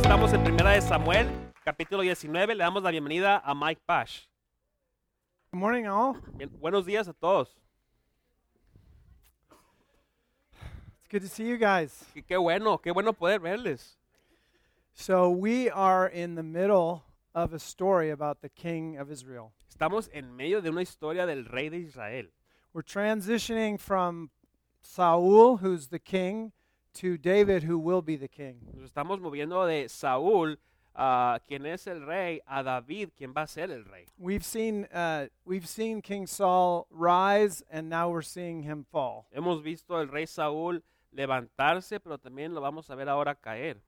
Primera de Samuel, capítulo 19, le damos la bienvenida a Mike Pash. Good morning, all. Bien- buenos días a todos. It's good to see you guys. Y qué bueno, qué bueno poder verles. So, we are in the middle of a story about the king of Israel. Estamos en medio de una historia del rey de Israel. We're transitioning from Saul, who's the king, to David, who will be the king. Nos estamos moviendo de Saúl, ah, quien es el rey, a David, quien va a ser el rey. We've seen, uh, we've seen King Saul rise, and now we're seeing him fall. Hemos visto al rey Saúl levantarse, pero también lo vamos a ver ahora caer.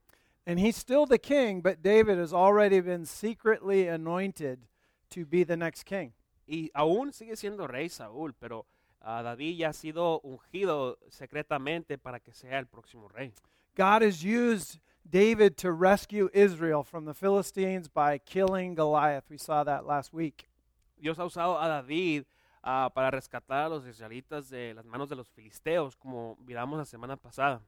And he's still the king, but David has already been secretly anointed to be the next king. Y aún sigue siendo rey Saúl, pero ah, David ya ha sido ungido secretamente para que sea el próximo rey. God has used David to rescue Israel from the Philistines by killing Goliath. We saw that last week. Dios ha usado a David ah, para rescatar a los israelitas de las manos de los filisteos, como miramos la semana pasada.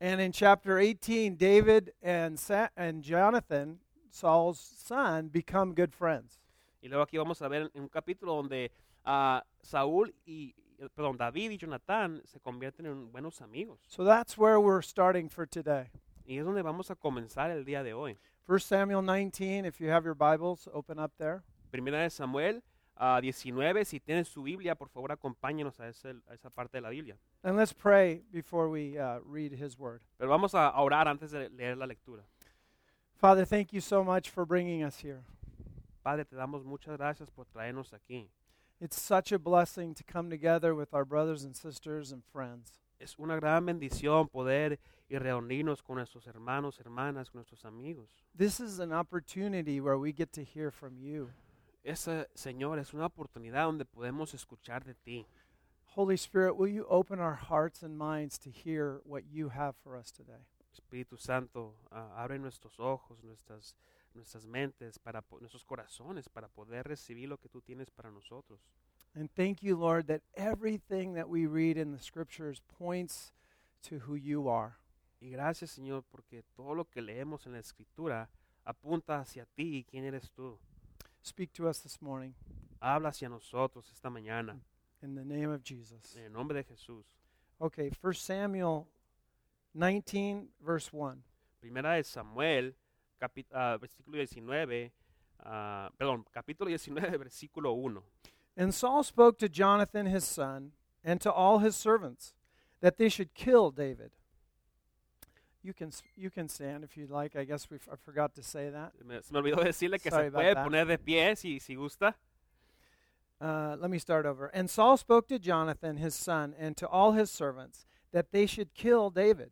And in chapter 18, David and, Sa- and Jonathan, Saul's son, become good friends. Y luego aquí vamos a ver en un capítulo donde ah, Saúl y, y- perdón, David y Jonatán se convierten en buenos amigos. So that's where we're starting for today. Y es donde vamos a comenzar el día de hoy. 1 Samuel 19, if you have your Bibles, open up there. Primera de Samuel ah, 19, si tienen su Biblia, por favor acompáñenos a, ese- a esa parte de la Biblia. And let's pray before we uh, read his word. Pero vamos a a orar antes de leer la lectura. Father, thank you so much for bringing us here. Padre, te damos muchas gracias por traernos aquí. It's such a blessing to come together with our brothers and sisters and friends. Es una gran bendición poder y reunirnos con nuestros hermanos, hermanas, con nuestros amigos. This is an opportunity where we get to hear from you. Esa, Señor, es una oportunidad donde podemos escuchar de ti. Holy Spirit, will you open our hearts and minds to hear what you have for us today? Espíritu Santo, ah, abre nuestros ojos, nuestras, nuestras mentes, para po- nuestros corazones, para poder recibir lo que tú tienes para nosotros. And thank you, Lord, that everything that we read in the scriptures points to who you are. Y gracias, Señor, porque todo lo que leemos en la Escritura apunta hacia ti y quién eres tú. Speak to us this morning Habla hacia nosotros esta mañana, in the name of Jesus. en el nombre de Jesús. Okay, 1 Samuel 19, verse 1. Primera de Samuel, capi- ah, versículo 19, ah, perdón, capítulo 19, versículo 1. And Saul spoke to Jonathan his son and to all his servants that they should kill David. You can s- you can stand if you'd like. I guess we f- I forgot to say that. Me- se me olvidó decirle que Sorry se about puede that. poner de pie si, si gusta. Uh, let me start over. And Saul spoke to Jonathan his son and to all his servants that they should kill David.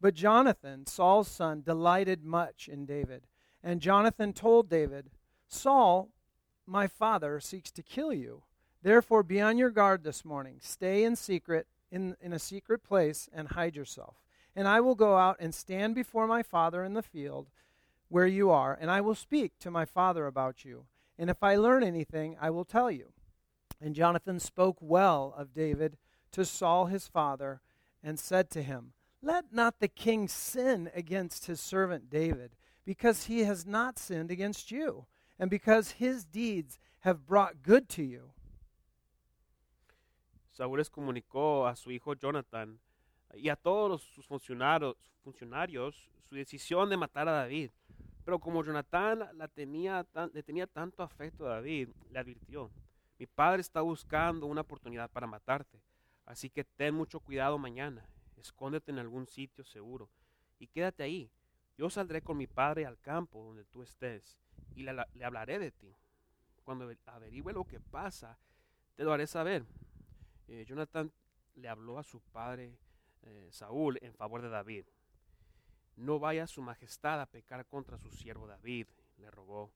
But Jonathan, Saul's son, delighted much in David. And Jonathan told David, Saul, my father, seeks to kill you. Therefore, be on your guard this morning. Stay in secret, in, in a secret place, and hide yourself. And I will go out and stand before my father in the field where you are, and I will speak to my father about you. And if I learn anything, I will tell you. And Jonathan spoke well of David to Saul his father, and said to him, Let not the king sin against his servant David, because he has not sinned against you, and because his deeds have brought good to you. Saúl les comunicó a su hijo Jonathan y a todos los- sus funcionarios, funcionarios su decisión de matar a David. Pero como Jonathan la tenía tan- le tenía tanto afecto a David, le advirtió, mi padre está buscando una oportunidad para matarte, así que ten mucho cuidado mañana, escóndete en algún sitio seguro y quédate ahí. Yo saldré con mi padre al campo donde tú estés y le, la- le hablaré de ti. Cuando averigüe lo que pasa, te lo haré saber. Eh, Jonathan le habló a su padre eh, Saúl en favor de David. No vaya su majestad a pecar contra su siervo David, le rogó.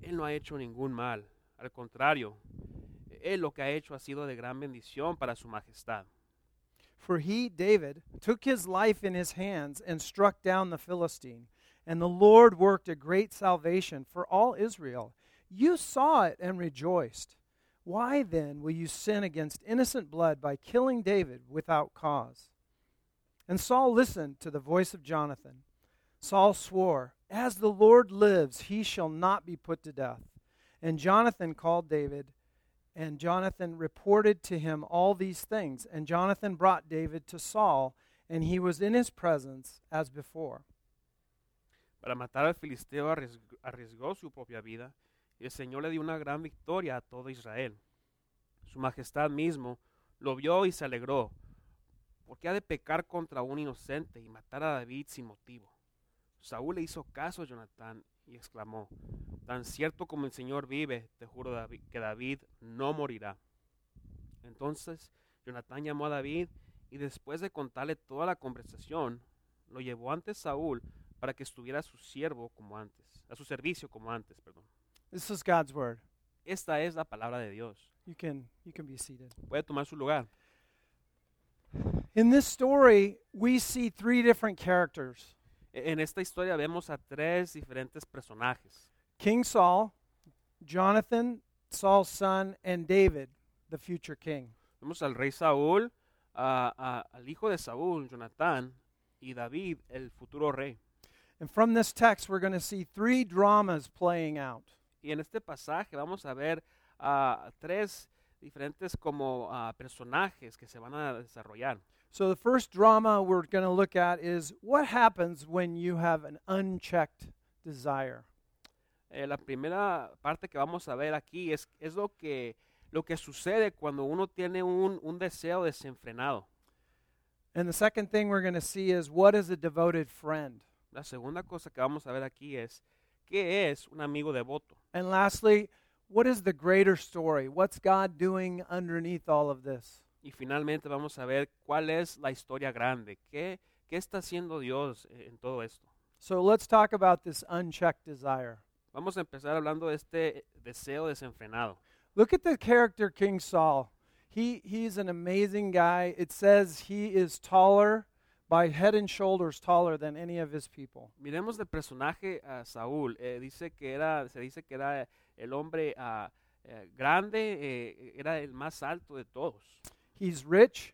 Él no ha hecho ningún mal, al contrario, él lo que ha hecho ha sido de gran bendición para su majestad. For he, David, took his life in his hands and struck down the Philistine. And the Lord worked a great salvation for all Israel. You saw it and rejoiced. Why then will you sin against innocent blood by killing David without cause? And Saul listened to the voice of Jonathan. Saul swore, As the Lord lives, he shall not be put to death. And Jonathan called David, and Jonathan reported to him all these things. And Jonathan brought David to Saul, and he was in his presence as before. Para matar al filisteo arriesg- arriesgó su propia vida, y el Señor le dio una gran victoria a todo Israel. Su majestad mismo lo vio y se alegró, porque ha de pecar contra un inocente y matar a David sin motivo. Saúl le hizo caso a Jonatán y exclamó, Tan cierto como el Señor vive, te juro Davi- que David no morirá. Entonces Jonatán llamó a David y después de contarle toda la conversación, lo llevó ante Saúl para que estuviera a su siervo como antes, a su servicio como antes, perdón. This is God's word. Esta es la palabra de Dios. You can, you can be seated. Puede tomar su lugar. In this story, we see three different characters E- En esta historia vemos a tres diferentes personajes. King Saul, Jonathan, Saul's son, and David, the future king. Vemos al rey Saúl, a- a- al hijo de Saúl, Jonatán, y David, el futuro rey. And from this text, we're going to see three dramas playing out. Y en este pasaje vamos a ver a tres diferentes como ah, personajes que se van a desarrollar. So, the first drama we're going to look at is what happens when you have an unchecked desire. Eh, la primera parte que vamos a ver aquí es, es lo, que, lo que sucede cuando uno tiene un, un deseo desenfrenado. And the second thing we're going to see is what is a devoted friend. La segunda cosa que vamos a ver aquí es qué es un amigo devoto. And lastly, what is the greater story? What's God doing underneath all of this? Y finalmente vamos a ver cuál es la historia grande, qué, qué está haciendo Dios eh, en todo esto. So let's talk about this unchecked desire. Vamos a empezar hablando de este deseo desenfrenado. Look at the character King Saul. He he's an amazing guy. It says he is taller by head and shoulders taller than any of his people. Miremos de personaje a Saúl. eh, dice que era, se dice que era el hombre ah, eh, grande, eh, era el más alto de todos. He's rich,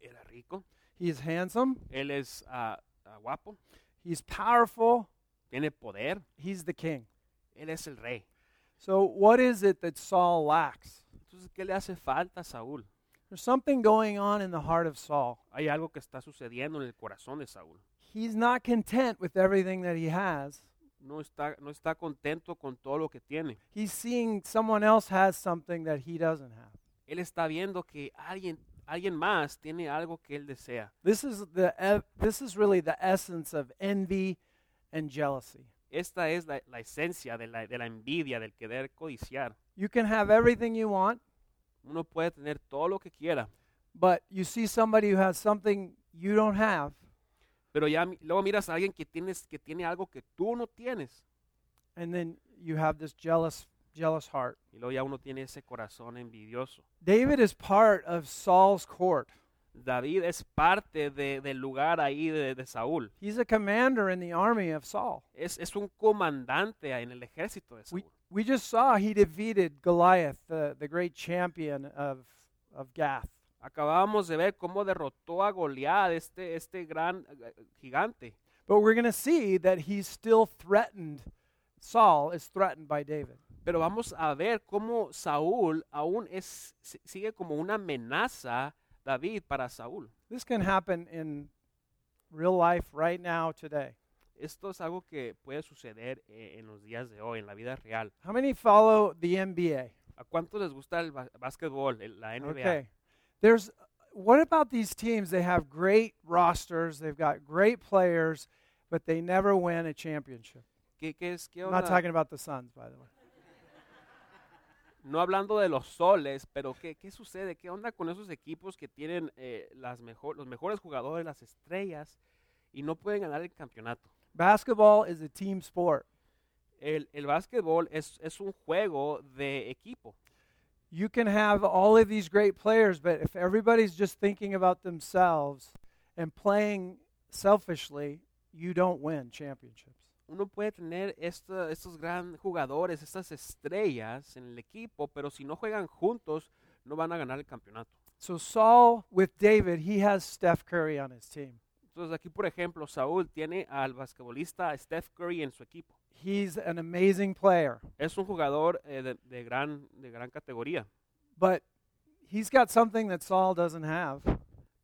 Era rico, he's handsome, él es ah, ah, guapo, he's powerful, tiene poder, he's the king. él es el rey. So what is it that Saul lacks? Entonces, ¿qué le hace falta a Saúl? There's something going on in the heart of Saul. Hay algo que está sucediendo en el corazón de Saúl. He's not content with everything that he has. No está, no está contento con todo lo que tiene. He's seeing someone else has something that he doesn't have. Él está viendo que alguien, alguien más tiene algo que él desea. This is the ev- this is really the essence of envy and jealousy. Esta es la, la esencia de la, de la envidia, del querer codiciar. You can have everything you want, Uno puede tener todo lo que quiera, but you see somebody who has something you don't have, pero ya mi- luego miras a alguien que tienes que tiene algo que tú no tienes and then you have this jealous jealous heart. y luego ya uno tiene ese corazón envidioso. David is part of Saul's court. David es parte de- del lugar ahí de, de Saúl. He's a commander in the army of Saul. Es, es un comandante en el ejército de We Saúl. we just saw he defeated Goliath, the, the great champion of of Gath. Acabamos de ver cómo derrotó a Goliat, este, este gran eh, eh, gigante. But we're going to see that he's still threatened. Saul is threatened by David. Pero vamos a ver cómo Saúl aún es, si- sigue como una amenaza David para Saúl. This can happen in real life right now today. Esto es algo que puede suceder eh, en los días de hoy, en la vida real. How many follow the NBA? ¿A cuántos les gusta el ba- básquetbol, el- la NBA? Okay. There's what about these teams? They have great rosters, they've got great players, but they never win a championship. ¿Qué, qué es? qué I'm onda? not talking about the Suns, by the way. No hablando de los soles, pero ¿qué, qué sucede? ¿Qué onda con esos equipos que tienen eh, las mejor, los mejores jugadores, las estrellas, y no pueden ganar el campeonato? Basketball is a team sport. El, el básquetbol es, es un juego de equipo. You can have all of these great players, but if everybody's just thinking about themselves and playing selfishly, you don't win championships. Uno puede tener esta- estos grandes jugadores, estas estrellas en el equipo, pero si no juegan juntos, no van a ganar el campeonato. So Saul with David, he has Steph Curry on his team. Entonces aquí, por ejemplo, Saúl tiene al basquetbolista Steph Curry en su equipo. He's an amazing player, Es un jugador eh, de, de gran, de gran categoría, but he's got something that Saul doesn't have.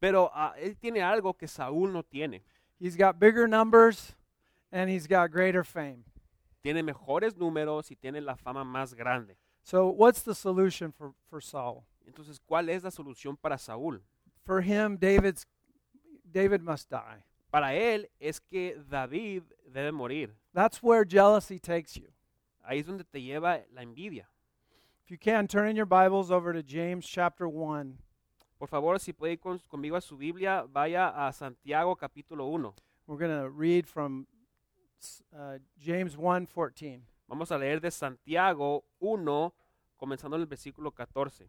pero ah, él tiene algo que Saúl no tiene. He's got bigger numbers and he's got greater fame. Tiene mejores números y tiene la fama más grande. So, what's the solution for, for Saul? Entonces, ¿cuál es la solución para Saúl? For him, David's, David must die. Para él es que David debe morir. That's where jealousy takes you. Ahí es donde te lleva la envidia. If you can, turn in your Bibles over to James chapter 1. Por favor, si puede ir con- conmigo a su Biblia, vaya a Santiago capítulo 1. We're going to read from s- uh, James 1 Vamos a leer de Santiago 1, comenzando en el versículo 14.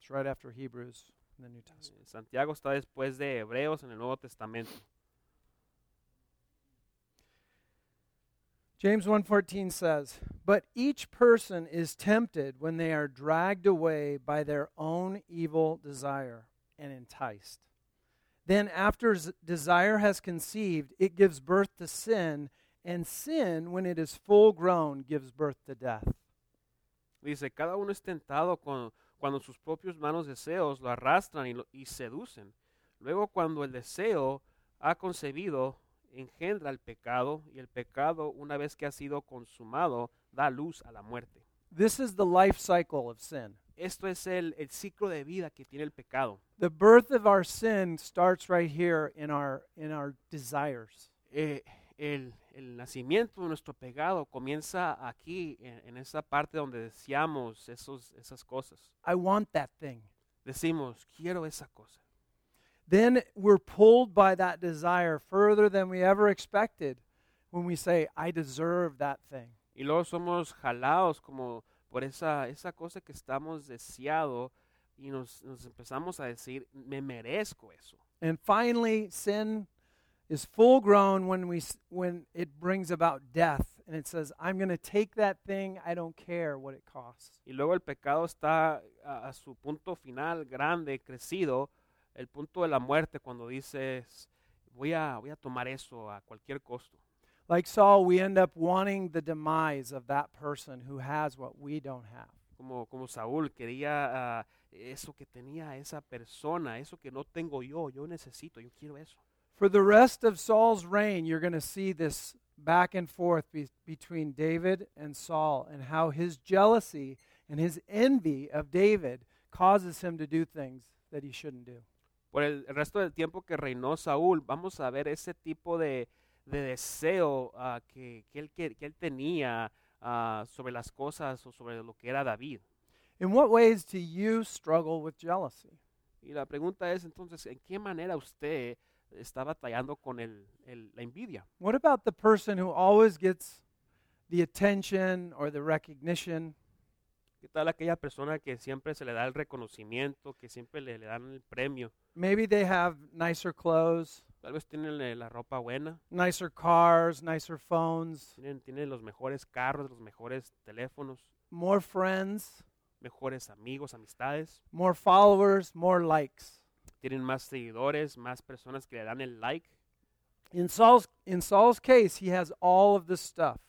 It's right after Hebrews in the New Testament. Eh, Santiago está después de Hebreos en el Nuevo Testamento. James 1:14 says, "But each person is tempted when they are dragged away by their own evil desire and enticed. Then after z- desire has conceived, it gives birth to sin, and sin when it is full grown gives birth to death." Dice, cada uno es tentado con- cuando sus propios malos deseos lo arrastran y, lo- y seducen. Luego cuando el deseo ha concebido, engendra el pecado y el pecado, una vez que ha sido consumado, da luz a la muerte. This is the life cycle of sin. Esto es el, el ciclo de vida que tiene el pecado. The birth of our sin starts right here in our in our desires. Eh, el, el nacimiento de nuestro pecado comienza aquí, en, en esa parte donde deseamos esos, esas cosas. I want that thing. Decimos, quiero esa cosa. then we're pulled by that desire further than we ever expected when we say, I deserve that thing. Y luego somos jalados como por esa, esa cosa que estamos deseado y nos, nos empezamos a decir, me merezco eso. And finally, sin is full grown when, we, s- when it brings about death. And it says, I'm going to take that thing, I don't care what it costs. Y luego el pecado está a, a su punto final, grande, crecido, el punto de la muerte cuando dices, voy a, voy a tomar eso a cualquier costo. Like Saul, we end up wanting the demise of that person who has what we don't have. Como, como Saúl quería ah, eso que tenía esa persona, eso que no tengo yo, yo necesito, yo quiero eso. For the rest of Saul's reign, you're going to see this back and forth be- between David and Saul and how his jealousy and his envy of David causes him to do things that he shouldn't do. por el resto del tiempo que reinó Saúl, vamos a ver ese tipo de, de deseo ah, que, que él, que- que él tenía ah, sobre las cosas o sobre lo que era David. In what ways do you struggle with jealousy? Y la pregunta es entonces, ¿en qué manera usted está batallando con el- el- la envidia? What about the person who always gets the attention or the recognition? ¿Qué tal aquella persona que siempre se le da el reconocimiento, que siempre le, le dan el premio? Maybe they have nicer clothes, Tal vez tienen eh, la ropa buena, nicer cars, nicer phones, tienen, tienen los mejores carros, los mejores teléfonos, more friends, mejores amigos, amistades. more followers, more likes. tienen más seguidores, más personas que le dan el like. In Saul's in Saul's case, he has all of this stuff,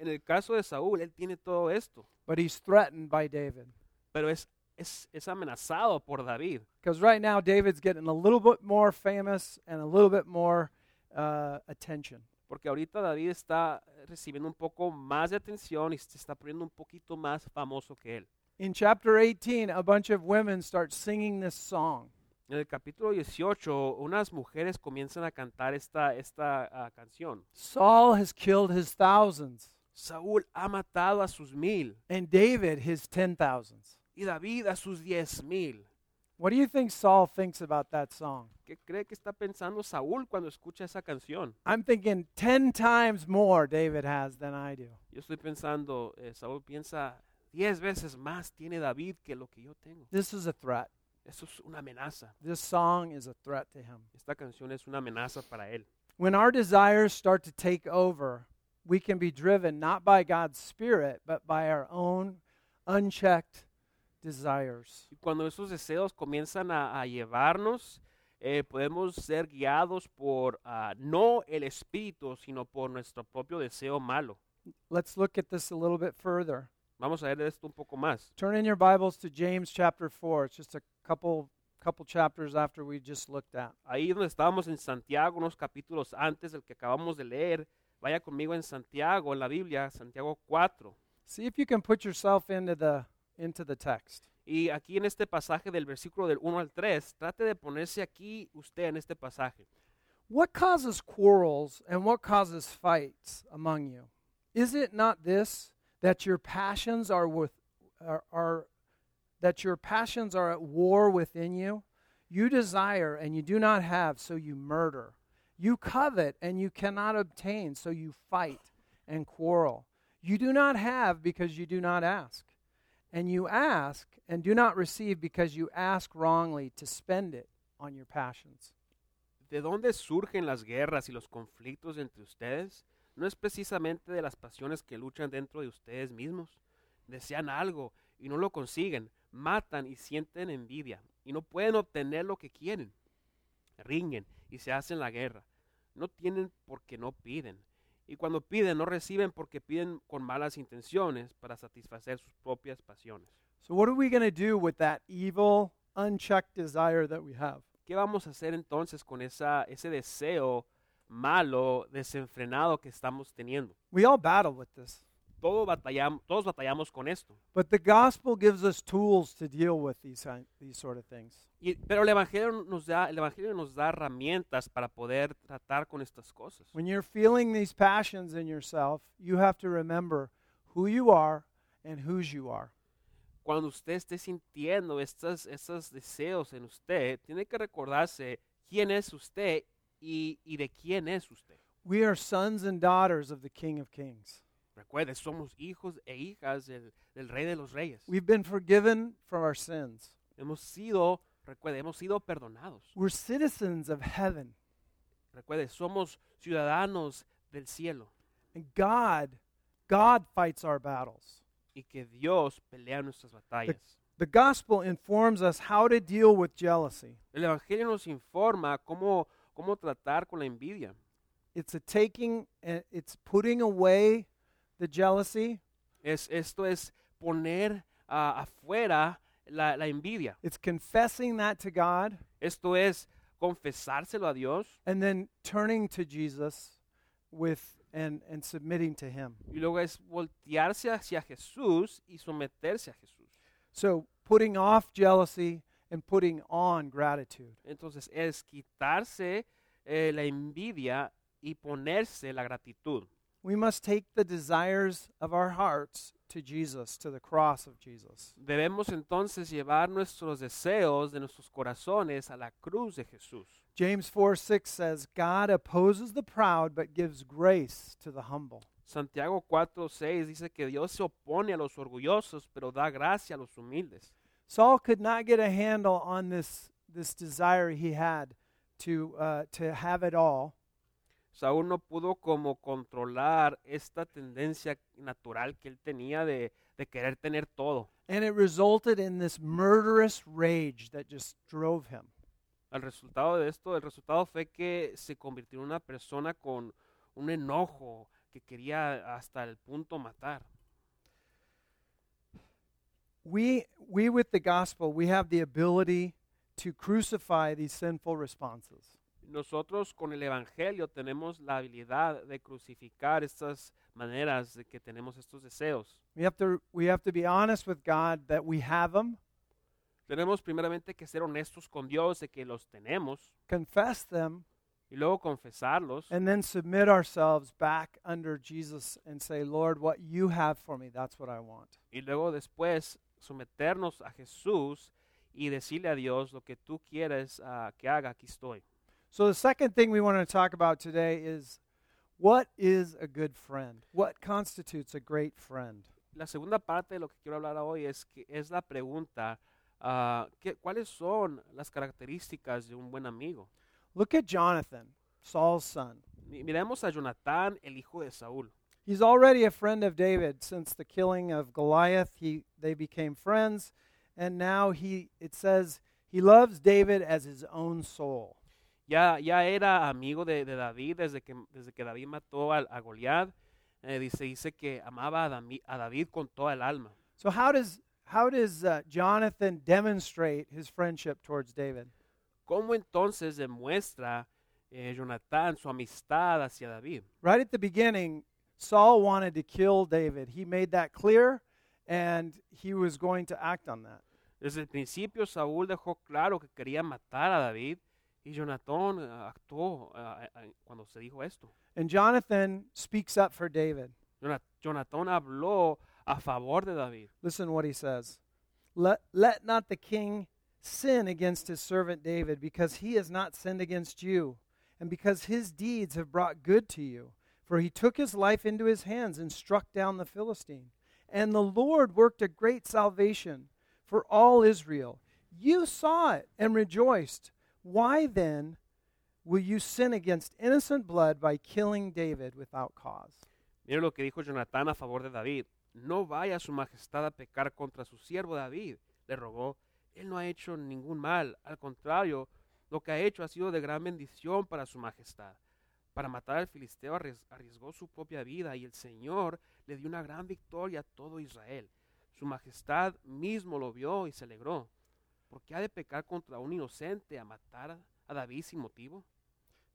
En el caso de Saúl, él tiene todo esto, but he's threatened by David. pero es, es, es amenazado por David. Because right now, David's getting a little bit more famous and a little bit more uh, attention. Porque ahorita David está recibiendo un poco más de atención y se está poniendo un poquito más famoso que él. In chapter 18, a bunch of women start singing this song. En el capítulo 18, unas mujeres comienzan a cantar esta, esta ah, canción. Saul has killed his thousands, Saúl ha matado a sus mil and David his ten thousands. y David a sus diez mil. What do you think Saul thinks about that song? ¿Qué cree que está pensando Saúl cuando escucha esa canción? I'm thinking 10 times more David has than I do. Yo estoy pensando, eh, Saúl piensa, diez veces más tiene David que lo que yo tengo. This is a threat. Eso es una amenaza. This song is a threat to him. Esta canción es una amenaza para él. When our desires start to take over, we can be driven not by God's Spirit, but by our own unchecked desires. Y cuando esos deseos comienzan a, a llevarnos, eh, podemos ser guiados por ah, no el espíritu, sino por nuestro propio deseo malo. Let's look at this a little bit further. Vamos a ver esto un poco más. Turn in your Bibles to James chapter 4. It's just a couple couple chapters after we just looked at. Ahí donde estábamos en Santiago, unos capítulos antes del que acabamos de leer, vaya conmigo en Santiago, en la Biblia, Santiago 4. See if you can put yourself into the into the text. Y aquí en este pasaje del versículo del 1 al 3, trate de ponerse aquí usted en este pasaje. What causes quarrels and what causes fights among you? Is it not this that your passions are with are, are that your passions are at war within you? You desire and you do not have, so you murder. You covet and you cannot obtain, so you fight and quarrel. You do not have because you do not ask. And you ask and do not receive because you ask wrongly to spend it on your passions. ¿De dónde surgen las guerras y los conflictos entre ustedes? ¿No es precisamente de las pasiones que luchan dentro de ustedes mismos? Desean algo y no lo consiguen, matan y sienten envidia y no pueden obtener lo que quieren. Ringen y se hacen la guerra. No tienen porque no piden. Y cuando piden no reciben porque piden con malas intenciones para satisfacer sus propias pasiones. So, what are we going to do with that evil, unchecked desire that we have? ¿Qué vamos a hacer entonces con esa, ese deseo malo, desenfrenado que estamos teniendo? We all battle with this, Todo batallamos, todos batallamos con esto. but the gospel gives us tools to deal with these, kind- these sort of things. Y- pero el evangelio, nos da, el evangelio nos da herramientas para poder tratar con estas cosas. When you're feeling these passions in yourself, you have to remember who you are and whose you are. Cuando usted esté sintiendo estos, estos deseos en usted, tiene que recordarse quién es usted y, y de quién es usted. We are sons and daughters of the King of Kings. Recuerde, somos hijos e hijas del, del Rey de los Reyes. We've been forgiven from our sins. hemos sido, recuerde, hemos sido perdonados. We're citizens of heaven, Recuerde, somos ciudadanos del cielo and God, God fights our battles. y que Dios pelea nuestras batallas. The gospel informs us how to deal with jealousy. El Evangelio nos informa cómo, cómo tratar con la envidia. It's a taking, and it's putting away the jealousy. Es, esto es poner ah, afuera la, la envidia. It's confessing that to God, Esto es confesárselo a Dios and then turning to Jesus with and and submitting to Him. y luego es voltearse hacia Jesús y someterse a Jesús. So putting off jealousy and putting on gratitude. Entonces es quitarse eh, la envidia y ponerse la gratitud. We must take the desires of our hearts to Jesus, to the cross of Jesus. Debemos entonces llevar nuestros deseos de nuestros corazones a la cruz de Jesús. James 4 6 says, God opposes the proud but gives grace to the humble. Santiago 4:6 dice que Dios se opone a los orgullosos, pero da gracia a los humildes. Saul could not get a handle on this, this desire he had to, uh, to have it all. Saúl no pudo como controlar esta tendencia natural que él tenía de, de querer tener todo. And it resulted in this murderous rage that just drove him. El resultado de esto, el resultado fue que se convirtió en una persona con un enojo que quería hasta el punto matar. We, we, with the gospel, we have the ability to crucify these sinful responses. Nosotros con el Evangelio tenemos la habilidad de crucificar estas maneras de que tenemos estos deseos. We have to we have to be honest with God that we have them, Tenemos primeramente que ser honestos con Dios de que los tenemos confess them, y luego confesarlos and then submit ourselves back under Jesus and say, "Lord, what you have for me, that's what I want." y luego después someternos a Jesús y decirle a Dios lo que tú quieres ah, que haga, aquí estoy. So the second thing we want to talk about today is what is a good friend? What constitutes a great friend? La segunda parte de lo que quiero hablar hoy es que es la pregunta ah, ¿qué- ¿cuáles son las características de un buen amigo? Look at Jonathan, Saul's son. Mi- Miremos a Jonatán, el hijo de Saúl. He's already a friend of David since the killing of Goliath. He they became friends, and now he it says He loves David as his own soul. Ya, ya era amigo de, de David desde que, desde que David mató al- a, Goliat. Eh, dice, dice que amaba a, Dami- a David con toda el alma. So how does how does uh, Jonathan demonstrate his friendship towards David? ¿Cómo entonces demuestra eh, Jonatán su amistad hacia David? Right at the beginning, Saul wanted to kill David. He made that clear and he was going to act on that. Desde el principio Saúl dejó claro que quería matar a David y Jonatán eh, actuó eh, eh, cuando se dijo esto. And Jonathan speaks up for David. Jona- Jonatán habló a favor de David. Listen what he says. Let, let not the king sin against his servant David, because he has not sinned against you, and because his deeds have brought good to you. For he took his life into his hands and struck down the Philistine. And the Lord worked a great salvation for all Israel. You saw it and rejoiced. Why then will you sin against innocent blood by killing David without cause? Mire lo que dijo Jonatán a favor de David. No vaya su majestad a pecar contra su siervo David, le rogó. Él no ha hecho ningún mal, al contrario, lo que ha hecho ha sido de gran bendición para su majestad. Para matar al filisteo arries- arriesgó su propia vida y el Señor le dio una gran victoria a todo Israel. Su majestad mismo lo vio y se alegró. ¿Por qué ha de pecar contra un inocente a matar a David sin motivo?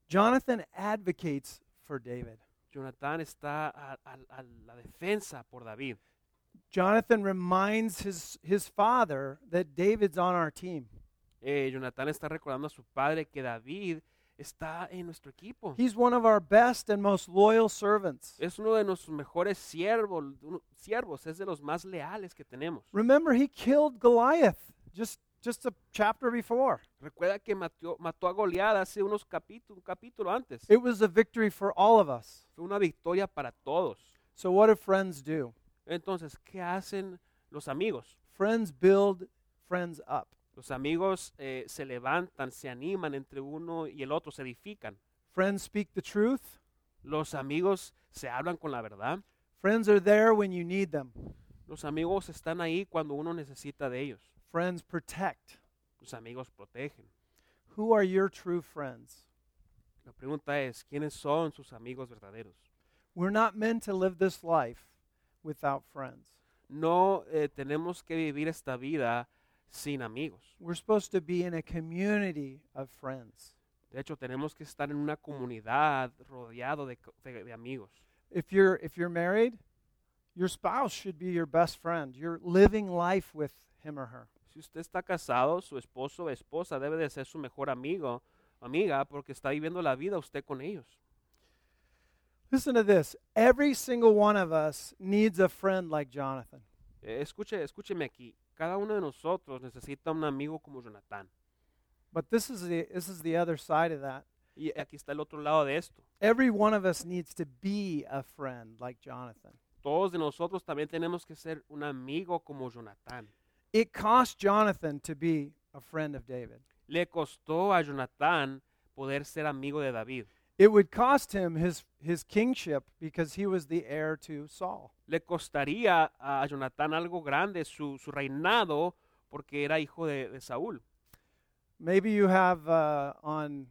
Jonathan advocates for David. Jonatán está a- a- a la defensa por David. Jonathan reminds his, his father that David's on our team. Eh, Jonathan está recordando a su padre que David está en nuestro equipo. He's one of our best and most loyal servants. Es uno de nuestros mejores siervos, uno- siervos, es de los más leales que tenemos. Remember, he killed Goliath just, just a chapter before. Recuerda que mató, mató a Goliat hace unos capítulos, un capítulo antes. It was a victory for all of us. Fue una victoria para todos. So, what do friends do? Entonces, ¿qué hacen los amigos? Friends build friends up, Los amigos eh, se levantan, se animan entre uno y el otro, se edifican. friends speak the truth, Los amigos se hablan con la verdad. friends are there when you need them, Los amigos están ahí cuando uno necesita de ellos. friends protect. Los amigos protegen. Who are your true friends? La pregunta es, ¿quiénes son sus amigos verdaderos? We're not meant to live this life without friends. No eh, tenemos que vivir esta vida sin amigos. We're supposed to be in a community of friends. De hecho, tenemos que estar en una comunidad rodeado de, co- de- de amigos. If you're if you're married, your spouse should be your best friend. You're living life with him or her. Si usted está casado, su esposo o esposa debe de ser su mejor amigo, amiga, porque está viviendo la vida usted con ellos. Listen to this. Every single one of us needs a friend like Jonathan. Eh, escuche, escúcheme aquí. Cada uno de nosotros necesita un amigo como Jonatán. But this is the this is the other side of that. Y aquí está el otro lado de esto. Every one of us needs to be a friend like Jonathan. Todos de nosotros también tenemos que ser un amigo como Jonatán. It cost Jonathan to be a friend of David. le costó a Jonatán poder ser amigo de David. It would cost him his his kingship because he was the heir to Saul. Le costaría a Jonatán algo grande su, su reinado porque era hijo de, de Saúl. maybe you have uh, on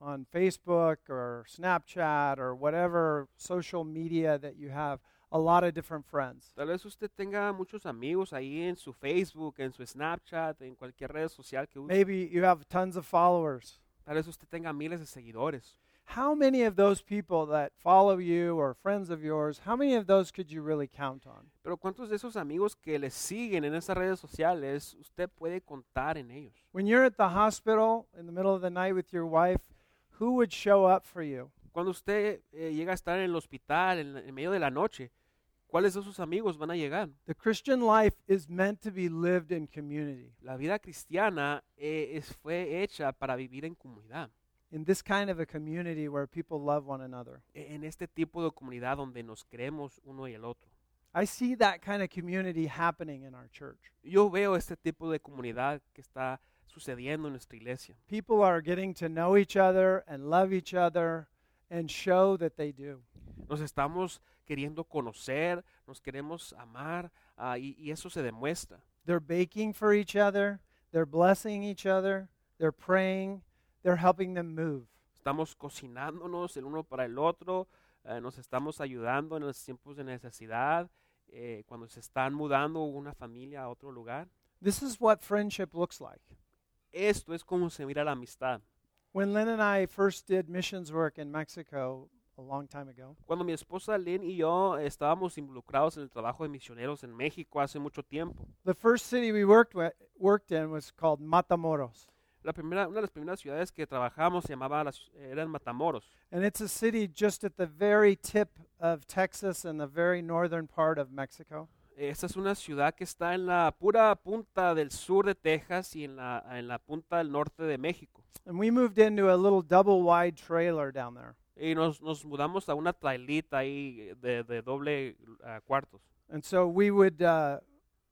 on Facebook or Snapchat or whatever social media that you have a lot of different friends. Tal vez usted tenga muchos amigos ahí en su Facebook, en su Snapchat, en cualquier red social que use. Maybe you have tons of followers. Tal vez usted tenga miles de seguidores. How many of those people that follow you or friends of yours, how many of those could you really count on? Pero ¿cuántos de esos amigos que le siguen en esas redes sociales usted puede contar en ellos? When you're at the hospital in the middle of the night with your wife, who would show up for you? Cuando usted eh, llega a estar en el hospital en, la- en medio de la noche, ¿cuáles de sus amigos van a llegar? The Christian life is meant to be lived in community, La vida cristiana eh, es- fue hecha para vivir en comunidad, in this kind of a community where people love one another. e- en este tipo de comunidad donde nos creemos uno y el otro. I see that kind of community happening in our church. Yo veo este tipo de comunidad que está sucediendo en nuestra iglesia. People are getting to know each other and love each other and show that they do. Nos estamos queriendo conocer, nos queremos amar ah, y, y eso se demuestra. They're baking for each other, They're blessing each other, they're praying, they're helping them move. Estamos cocinándonos el uno para el otro, eh, nos estamos ayudando en los tiempos de necesidad, eh, cuando se están mudando una familia a otro lugar. This is what friendship looks like. Esto es como se mira la amistad. When Lynn and I first did missions work in Mexico a long time ago, Cuando mi esposa Lynn y yo estábamos involucrados en el trabajo de misioneros en México hace mucho tiempo, the first city we worked, with, worked in was called Matamoros. la primera, una de las primeras ciudades que trabajamos se llamaba las, eran Matamoros. And it's a city just at the very tip of Texas and the very northern part of Mexico. Esta es una ciudad que está en la pura punta del sur de Texas y en la, en la punta del norte de México. And we moved into a little double wide trailer down there. Y nos, nos mudamos a una trailita ahí de, de doble ah, cuartos. And so we would, uh,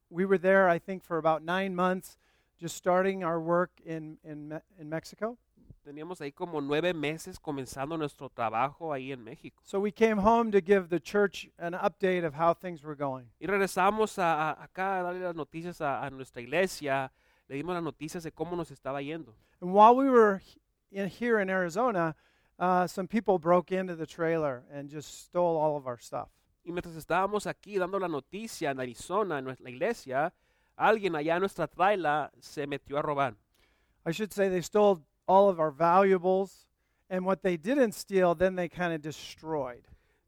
we were there, I think, for about nine months, just starting our work in, in, Me- in Mexico. Teníamos ahí como nueve meses comenzando nuestro trabajo ahí en México. So we came home to give the church an update of how things were going. Y regresamos a, a- acá a darle las noticias a, a nuestra iglesia. Le dimos las noticias de cómo nos estaba yendo. And while we were h- in, here in Arizona, uh, some people broke into the trailer and just stole all of our stuff. Y mientras estábamos aquí dando la noticia en Arizona, en nuestra iglesia, alguien allá en nuestra traila se metió a robar. I should say they stole all of our valuables. And what they didn't steal, then they kind of destroyed.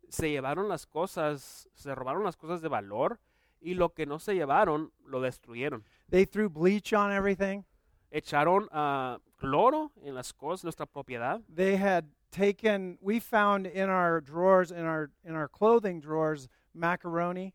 Se llevaron las cosas, se robaron las cosas de valor y lo que no se llevaron lo destruyeron. They threw bleach on everything. Echaron ah, cloro en las cosas, nuestra propiedad. they had taken we found in our drawers in our in our clothing drawers macaroni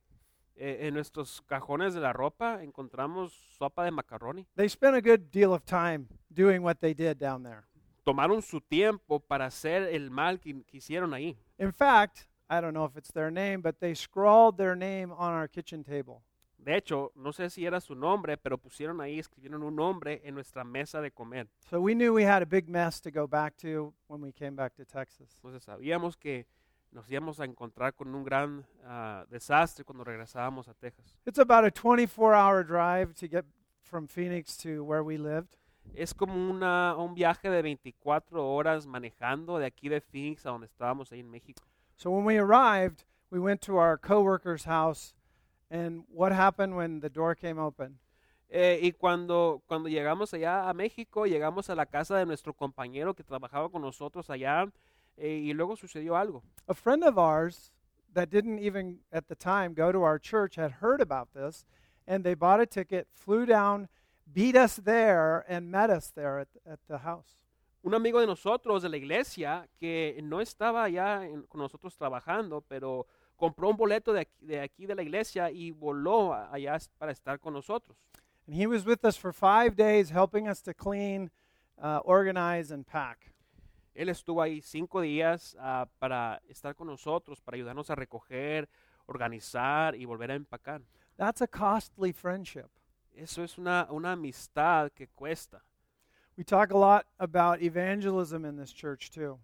Eh, en nuestros cajones de la ropa encontramos sopa de macaroni. they spent a good deal of time doing what they did down there tomaron su tiempo para hacer el mal que, que hicieron ahí. in fact i don't know if it's their name but they scrawled their name on our kitchen table De hecho, no sé si era su nombre, pero pusieron ahí, escribieron un nombre en nuestra mesa de comer. so we knew we had a big mess to go back to when we came back to texas Entonces sabíamos que nos íbamos a encontrar con un gran ah, desastre cuando regresábamos a Texas. it's about a 24 hour drive to get from phoenix to where we lived Es como una, un viaje de 24 horas manejando de aquí de Phoenix a donde estábamos ahí en México. So when we arrived, we went to our coworker's house, and what happened when the door came open? Eh, y cuando, cuando llegamos allá a México, llegamos a la casa de nuestro compañero que trabajaba con nosotros allá eh, y luego sucedió algo. A friend of ours that didn't even at the time go to our church had heard about this, and they bought a ticket, flew down, beat us there, and met us there at, at the house. un amigo de nosotros de la iglesia que no estaba allá en- con nosotros trabajando, pero compró un boleto de aquí, de aquí de la iglesia y voló a- allá s- para estar con nosotros. And he was with us for five days, helping us to clean, uh, organize, and pack. Él estuvo ahí cinco días ah, para estar con nosotros, para ayudarnos a recoger, organizar y volver a empacar. That's a costly friendship. Eso es una, una amistad que cuesta. We talk a lot about evangelism in this church, too.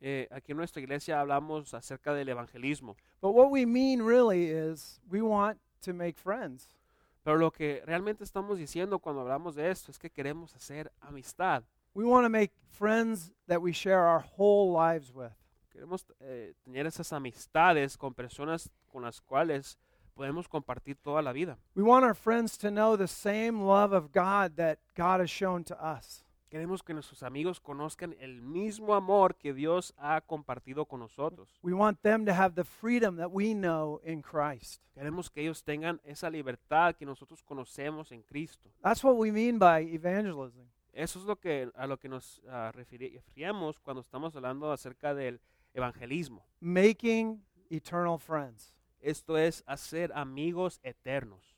Eh, aquí en nuestra iglesia hablamos acerca del evangelismo, But what we mean really is we want to make friends. pero lo que realmente estamos diciendo cuando hablamos de esto es que queremos hacer amistad. We want to make friends that we share our whole lives with. Queremos eh, tener esas amistades con personas con las cuales podemos compartir toda la vida. We want our friends to know the same love of God that God has shown to us. Queremos que nuestros amigos conozcan el mismo amor que Dios ha compartido con nosotros. We want them to have the freedom that we know in Christ. Queremos que ellos tengan esa libertad que nosotros conocemos en Cristo. That's what we mean by evangelism. Eso es lo que a lo que nos ah, refiri- referimos cuando estamos hablando acerca del evangelismo. Making eternal friends. Esto es hacer amigos eternos.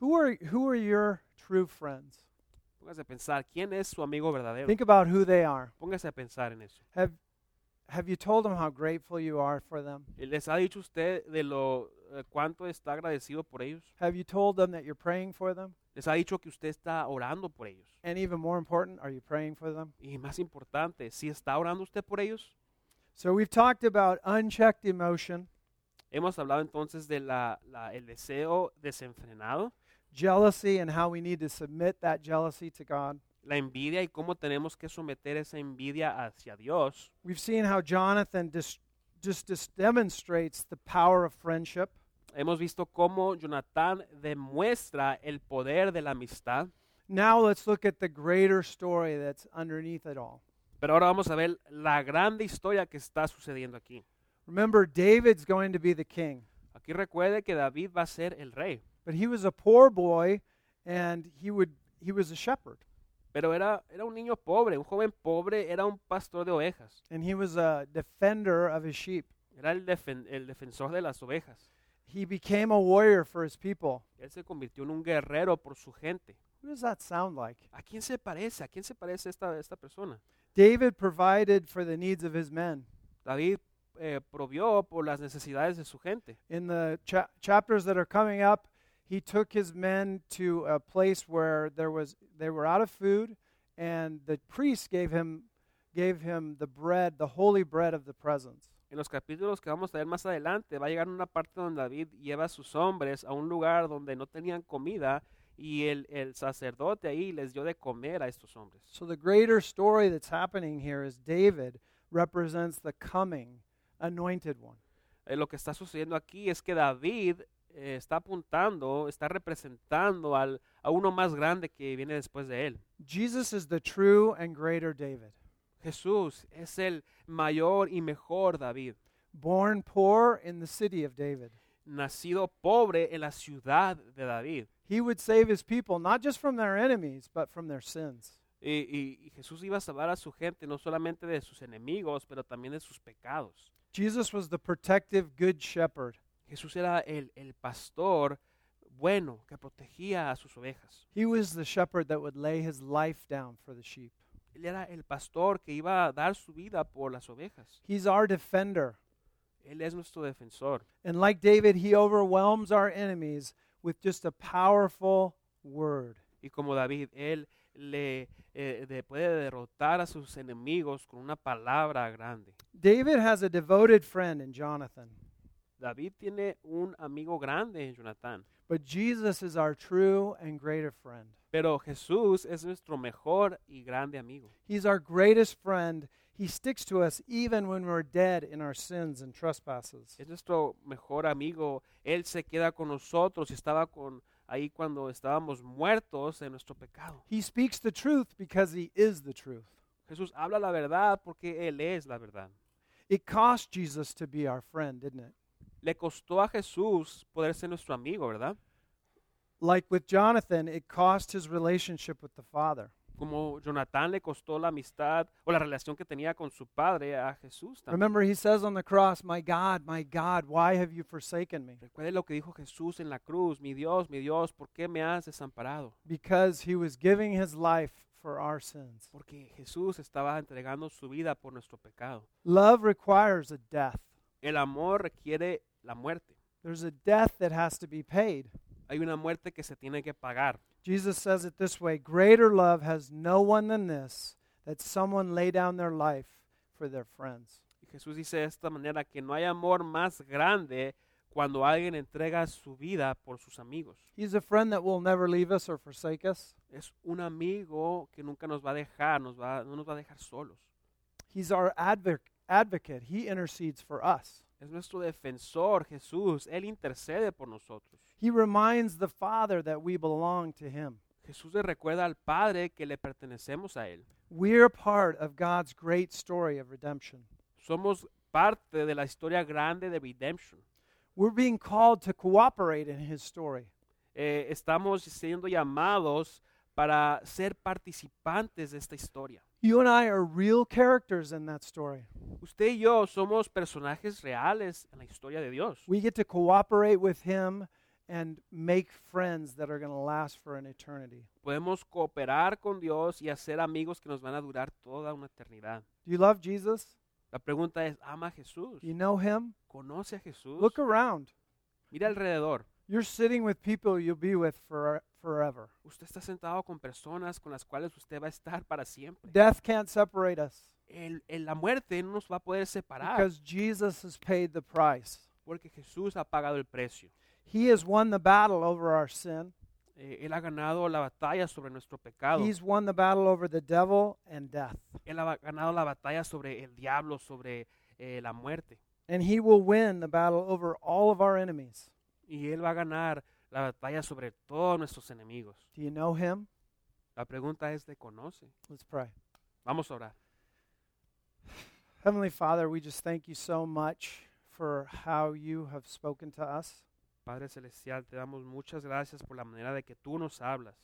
Who are who are your true friends? Póngase a pensar quién es su amigo verdadero. Think about who they are. Póngase a pensar en eso. Have have you told them how grateful you are for them? Eh, ¿Les ha dicho usted de lo eh, cuánto está agradecido por ellos? Have you told them that you're praying for them? ¿Les ha dicho que usted está orando por ellos? And even more important, are you praying for them? Y más importante, si está orando usted por ellos, So we've talked about unchecked emotion. hemos hablado entonces de la, la- el deseo desenfrenado. jealousy and how we need to submit that jealousy to God. la envidia y cómo tenemos que someter esa envidia hacia Dios. We've seen how Jonathan dis- just, just demonstrates the power of friendship. Hemos visto cómo Jonatán demuestra el poder de la amistad, Now let's look at the greater story that's underneath it all. pero ahora vamos a ver la grande historia que está sucediendo aquí. Remember, David's going to be the king, Aquí recuerde que David va a ser el rey, but he was a poor boy and he, would, he was a shepherd pero era, era un niño pobre, un joven pobre, era un pastor de ovejas, and he was a defender of his sheep. era el, defen- el defensor de las ovejas. He became a warrior for his people. Él se convirtió en un guerrero por su gente. Who does that sound like? ¿A quién se parece? ¿A quién se parece esta, esta persona? David provided for the needs of his men. David eh, provió por las necesidades de su gente. in the cha- chapters that are coming up, he took his men to a place where there was they were out of food, and the priest gave him gave him the bread, the holy bread of the presence. En los capítulos que vamos a ver más adelante, va a llegar una parte donde David lleva a sus hombres a un lugar donde no tenían comida y el, el sacerdote ahí les dio de comer a estos hombres. So the greater story that's happening here is David represents the coming anointed one. Eh, lo que está sucediendo aquí es que David eh, está apuntando, está representando al, a uno más grande que viene después de él. Jesus is the true and greater David, Jesús es el mayor y mejor David, born poor in the city of David. nacido pobre en la ciudad de David. He would save his people not just from their enemies, but from their sins. Y, y- y Jesús iba a salvar a su gente no solamente de sus enemigos, pero también de sus pecados. Jesus was the protective good shepherd. Jesús era el, el pastor bueno que protegía a sus ovejas. He was the shepherd that would lay his life down for the sheep. Él era el pastor que iba a dar su vida por las ovejas. He's our defender. Él es nuestro defensor. And like David, he overwhelms our enemies with just a powerful word. Y como David, él le eh, de- puede derrotar a sus enemigos con una palabra grande. David has a devoted friend in Jonathan, David tiene un amigo grande en Jonatán, but Jesus is our true and greater friend. pero Jesús es nuestro mejor y grande amigo. He's our greatest friend. He sticks to us even when we're dead in our sins and trespasses. es nuestro mejor amigo. Él se queda con nosotros y estaba con ahí cuando estábamos muertos en nuestro pecado. He speaks the truth because he is the truth. Jesús habla la verdad porque Él es la verdad. It cost Jesus to be our friend, didn't it? Le costó a Jesús poder ser nuestro amigo, ¿verdad? Like with Jonathan, it cost his relationship with the Father. Como Jonatán le costó la amistad o la relación que tenía con su padre a Jesús también. Remember, he says on the cross, My God, my God, why have you forsaken me? Recuerde lo que dijo Jesús en la cruz, mi Dios, mi Dios, ¿por qué me has desamparado? Because he was giving his life for our sins. Porque Jesús estaba entregando su vida por nuestro pecado. Love requires a death. El amor requiere la muerte. There's a death that has to be paid. Hay una muerte que se tiene que pagar. Jesus says it this way Greater love has no one than this, that someone lay down their life for their friends. Y Jesús dice de esta manera que no hay amor más grande cuando alguien entrega su vida por sus amigos. He's a friend that will never leave us or forsake us. Es un amigo que nunca nos va a dejar, nos va, no nos va a dejar solos. He's our advoc- advocate, he intercedes for us. Es nuestro defensor, Jesús. Él intercede por nosotros. He reminds the Father that we belong to Him. Jesús le recuerda al Padre que le pertenecemos a Él. We're part of God's great story of redemption. Somos parte de la historia grande de Redemption. We're being called to cooperate in His story. Eh, estamos siendo llamados para ser participantes de esta historia. You and I are real characters in that story. Usted y yo somos personajes reales en la historia de Dios. We get to cooperate with Him and make friends that are going to last for an eternity. Podemos cooperar con Dios y hacer amigos que nos van a durar toda una eternidad. Do you love Jesus? La pregunta es, ¿ama a Jesús? Do you know Him? ¿Conoce a Jesús? Look around. Mira alrededor. You're sitting with people you'll be with for, forever. Usted está sentado con personas con las cuales usted va a estar para siempre. Death can't separate us El- el- la muerte no nos va a poder separar because Jesus has paid the price. porque Jesús ha pagado el precio. He has won the battle over our sin. Eh, Él ha ganado la batalla sobre nuestro pecado. He's won the battle over the devil and death. Él ha ganado la batalla sobre el diablo, sobre eh, la muerte. And he will win the battle over all of our enemies. Y Él va a ganar la batalla sobre todos nuestros enemigos. Do you know him? La pregunta es, ¿le conoce? Let's pray. Vamos a orar. Heavenly Father, we just thank you so much for how you have spoken to us. Padre Celestial, te damos muchas gracias por la manera de que tú nos hablas.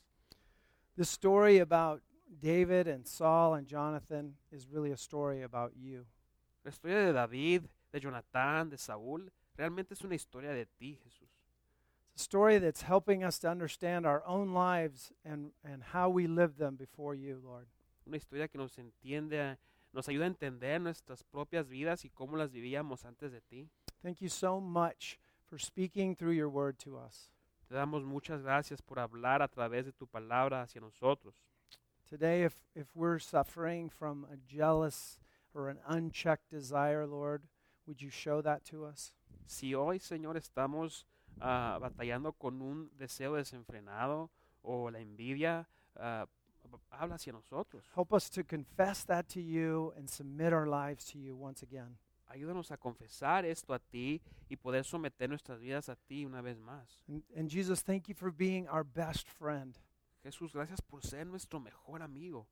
This story about David and Saul and Jonathan is really a story about you. La historia de David, de Jonatán, de Saúl, realmente es una historia de ti, Jesús. It's a story that's helping us to understand our own lives and, and how we live them before you, Lord. Una historia que nos entiende, a- nos ayuda a entender nuestras propias vidas y cómo las vivíamos antes de ti. Thank you so much for speaking through your word to us. Te damos muchas gracias por hablar a través de tu palabra hacia nosotros. Today, if, if we're suffering from a jealous or an unchecked desire, Lord, would you show that to us? Si hoy, Señor, estamos ah, batallando con un deseo desenfrenado o la envidia, ah, habla hacia nosotros. Help us to confess that to you and submit our lives to you once again. Ayúdanos a confesar esto a ti y poder someter nuestras vidas a ti una vez más. And, and Jesus, thank you for being our best friend. Jesús, gracias por ser nuestro mejor amigo.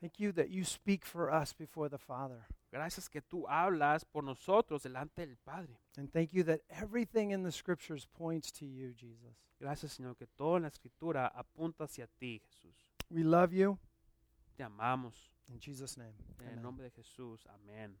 Thank you that you speak for us before the Father. Gracias que tú hablas por nosotros delante del Padre. And thank you that everything in the scriptures points to you, Jesus. Gracias, Señor, que toda la escritura apunta hacia ti, Jesús. We love you. Te amamos. In Jesus' name. En el amen. nombre de Jesús. Amén.